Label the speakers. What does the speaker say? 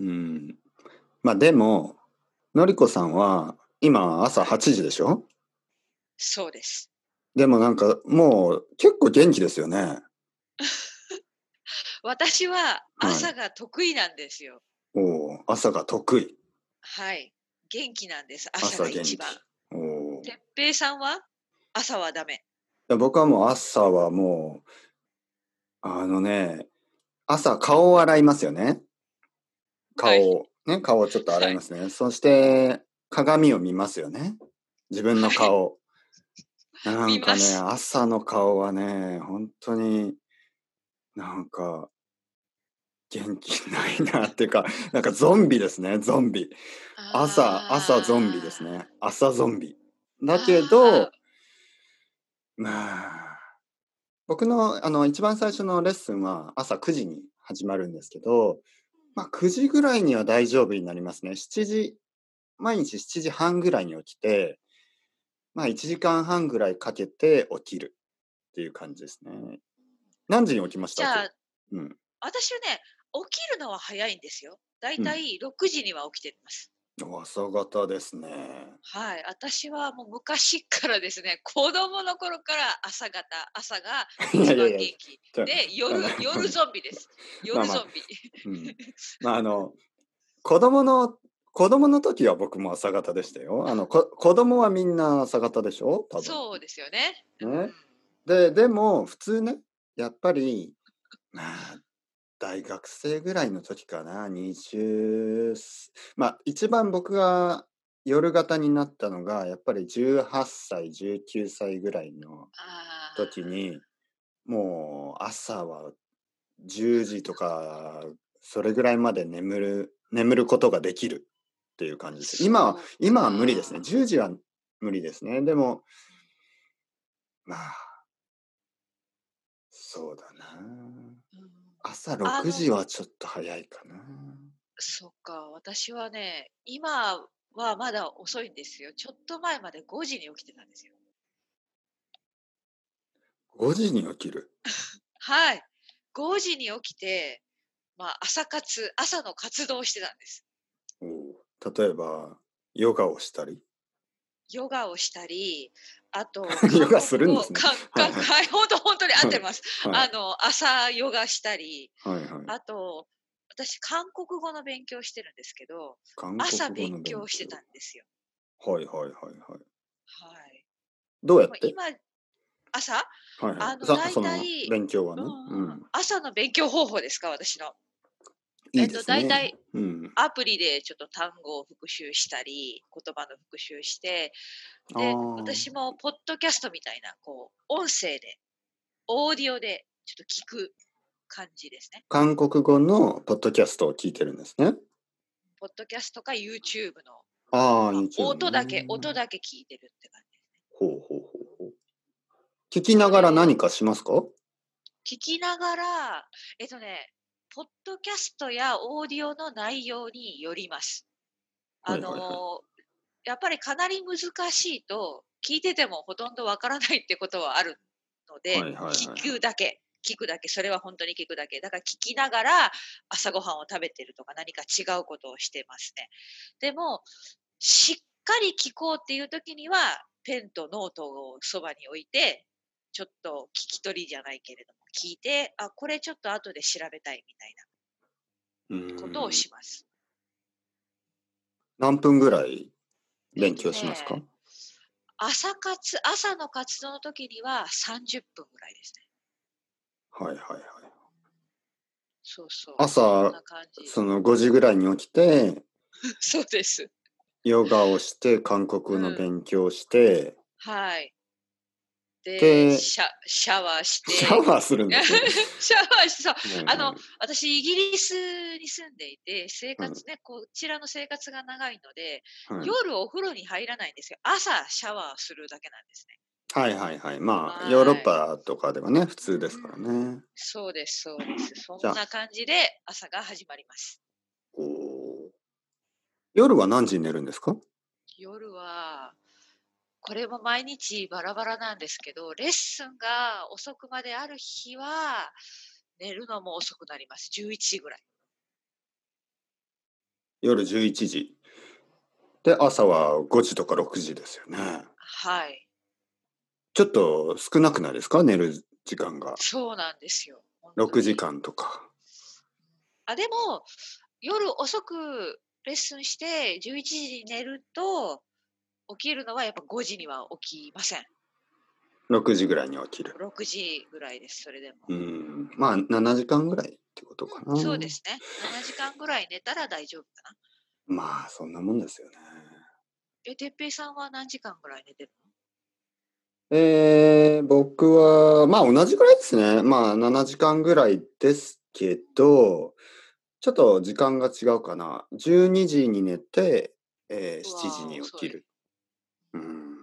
Speaker 1: うん。まあでも、のりこさんは今朝8時でしょ
Speaker 2: そうです。
Speaker 1: でもなんかもう結構元気ですよね。
Speaker 2: 私は朝が得意なんですよ。
Speaker 1: おお、朝が得意。
Speaker 2: はい。元気なんです。朝
Speaker 1: 朝
Speaker 2: が
Speaker 1: 元
Speaker 2: 一
Speaker 1: 気
Speaker 2: 番。。
Speaker 1: おお。い
Speaker 2: てっぺいさんは朝はダメ。
Speaker 1: や僕はもう朝はもう、あのね、朝顔を洗いますよね。顔
Speaker 2: はい
Speaker 1: を、ね、顔をちょっと洗いますね。そして鏡を見ますよね。自分の顔。なん
Speaker 2: 見
Speaker 1: か
Speaker 2: ま
Speaker 1: ね、
Speaker 2: す
Speaker 1: 朝の顔はね、本当になんか元気ないなっていうか、なんかゾンビですね、ゾンビ。朝、朝ゾンビですね。朝ゾンビ。だけど
Speaker 2: あ、
Speaker 1: まあ、僕のあの一番最初のレッスンは朝9時に始まるんですけど、まあ、9時ぐらいには大丈夫になりますね。7時、毎日7時半ぐらいに起きて、まあ1時間半ぐらいかけて起きるっていう感じですね。何時に起きまし
Speaker 2: じ
Speaker 1: た
Speaker 2: ゃあ、
Speaker 1: 今日うん。
Speaker 2: 私はね、起きるのは早いんですよ。だいたい6時には起きてます。
Speaker 1: お朝方ですね。
Speaker 2: はい。私はもう昔からですね、子供の頃から朝方、朝が
Speaker 1: いやいや
Speaker 2: 一番
Speaker 1: いや
Speaker 2: 元気。
Speaker 1: ちょ
Speaker 2: で、夜
Speaker 1: あ、の
Speaker 2: 夜ゾンビです。
Speaker 1: まあ
Speaker 2: 夜
Speaker 1: まあ
Speaker 2: ゾンビ。
Speaker 1: うんまああの子供の子供の時は僕も朝方でしたよ。あのこ子供はみんな朝方でしょ多分。
Speaker 2: そうですよね。
Speaker 1: ねででも普通ねやっぱりまあ大学生ぐらいの時かな20まあ一番僕が夜型になったのがやっぱり18歳19歳ぐらいの
Speaker 2: あー
Speaker 1: 時にもう朝は10時とかそれぐらいまで眠る眠ることができるっていう感じです今は
Speaker 2: そうか
Speaker 1: 今は無理ですね10時は無理ですねでもまあそうだな
Speaker 2: うん
Speaker 1: 朝
Speaker 2: の
Speaker 1: 6時はちょっと早いかな
Speaker 2: そっか、私はね、今はまだ遅いんですよ。ちょっと前まで5時に起きてたんですよ。
Speaker 1: 5時に起きる
Speaker 2: はい。5時に起きて、まあ、朝活、朝の活動をしてたんです。
Speaker 1: おう例えばヨガをしたり、
Speaker 2: ヨガをしたり、あと
Speaker 1: ヨガするんですね
Speaker 2: 韓国語
Speaker 1: はい
Speaker 2: はい、本当、本当に合ってます。
Speaker 1: はい
Speaker 2: あの、朝ヨガしたり、
Speaker 1: はいはい
Speaker 2: あと、私、韓国語の勉強してるんですけど、
Speaker 1: 韓国
Speaker 2: 朝
Speaker 1: 語の
Speaker 2: 勉強してたんですよ。
Speaker 1: はいはいはいはい
Speaker 2: はい。
Speaker 1: どうやっ
Speaker 2: まあ
Speaker 1: て
Speaker 2: 今、朝
Speaker 1: はいはい、
Speaker 2: あの
Speaker 1: さ
Speaker 2: 大体
Speaker 1: その勉強はね、
Speaker 2: う
Speaker 1: うんん、
Speaker 2: 朝の勉強方法ですか、私の。
Speaker 1: いいですね。
Speaker 2: えっと大体、
Speaker 1: うん、
Speaker 2: アプリでちょっと単語を復習したり、言葉の復習して、
Speaker 1: あ
Speaker 2: で、
Speaker 1: ー
Speaker 2: 私もポッドキャストみたいな、こう、音声で、オーディオで、ちょっと聞く感じですね。
Speaker 1: 韓国語のポッドキャストを聞いてるんですね。
Speaker 2: ポッドキャストか YouTube
Speaker 1: ああ、YouTube の
Speaker 2: の、
Speaker 1: ね
Speaker 2: 音だけ、音だけ聞いてるって感
Speaker 1: ほうほうほうほう。聞きながら何かしますか？
Speaker 2: じ。聞きながら、えっとね、ポッドキャストやオーディオの内容によります。あのー、
Speaker 1: はいはい
Speaker 2: やっぱりかなり難しいと、聞いててもほとんどわからないってことはあるので、
Speaker 1: はいはいはい
Speaker 2: 聞くだけ、聞くだけ、それは本当に聞くだけ。だから聞きながら朝ごはんを食べてるとか何か違うことをしてますね。でも、しっかり聞こうっていう時には、ペンとノートをそばに置いて、ちょっと聞き取りじゃないけれども、聞いて、あ、これちょっと後で調べたいみたいうなこ
Speaker 1: ん
Speaker 2: とをします。
Speaker 1: 何分ぐらい勉強しますか？
Speaker 2: ね朝活、朝の活動の時には30分ぐらいですね。
Speaker 1: はいはいはい。
Speaker 2: そうそう。そん
Speaker 1: 朝
Speaker 2: な感じ。
Speaker 1: その5時ぐらいに起きて
Speaker 2: そうです。
Speaker 1: ヨガをして韓国語の勉強を して、
Speaker 2: はい。で、
Speaker 1: で
Speaker 2: シャシャワーして。
Speaker 1: シャワーするんですよ。
Speaker 2: シャワーして、そう。あの
Speaker 1: はいはい
Speaker 2: 私、イギリスに住んでいて、生活ね、こちらの生活が長いので、
Speaker 1: はい
Speaker 2: 夜お風呂に入らないんですよ。朝、シャワーするだけなんですね。
Speaker 1: はいはいはい。ま
Speaker 2: は
Speaker 1: あ、
Speaker 2: い
Speaker 1: ヨーロッパとかではね、普通ですからね。
Speaker 2: そうです、そうです。そん
Speaker 1: じゃあ
Speaker 2: な感じで朝が始まります。
Speaker 1: おー夜は何時に寝るんですか
Speaker 2: 夜は、これも毎日バラバラなんですけど、レッスンが遅くまである日は、寝るのも遅くなります。11時ぐらい。
Speaker 1: 夜11時。で、朝は5時とか6時ですよね。
Speaker 2: はい。
Speaker 1: ちょっと少なくないですか寝る時間が。
Speaker 2: そうなんですよ。本当に
Speaker 1: 6時。間とか。
Speaker 2: あ、でも、夜遅くレッスンして、11時に寝ると、起きるのはやっぱ5時には起きません。
Speaker 1: 6時ぐらいに起きる。
Speaker 2: 6時ぐらいです、それでも。
Speaker 1: うん。まあ、7時間ぐらいってことかな。
Speaker 2: そうで。すね。7時間ぐらい寝たら大丈夫かな。
Speaker 1: まあ、そんなもんですよね。
Speaker 2: え、てっぺいさんは何時間ぐらい寝てる
Speaker 1: えー、僕は、まあ同じぐらいですね。まあ7時間ぐらいですけど、ちょっと時間が違うかな。12時に寝て、えー
Speaker 2: うわー
Speaker 1: 7時に起きる。うん。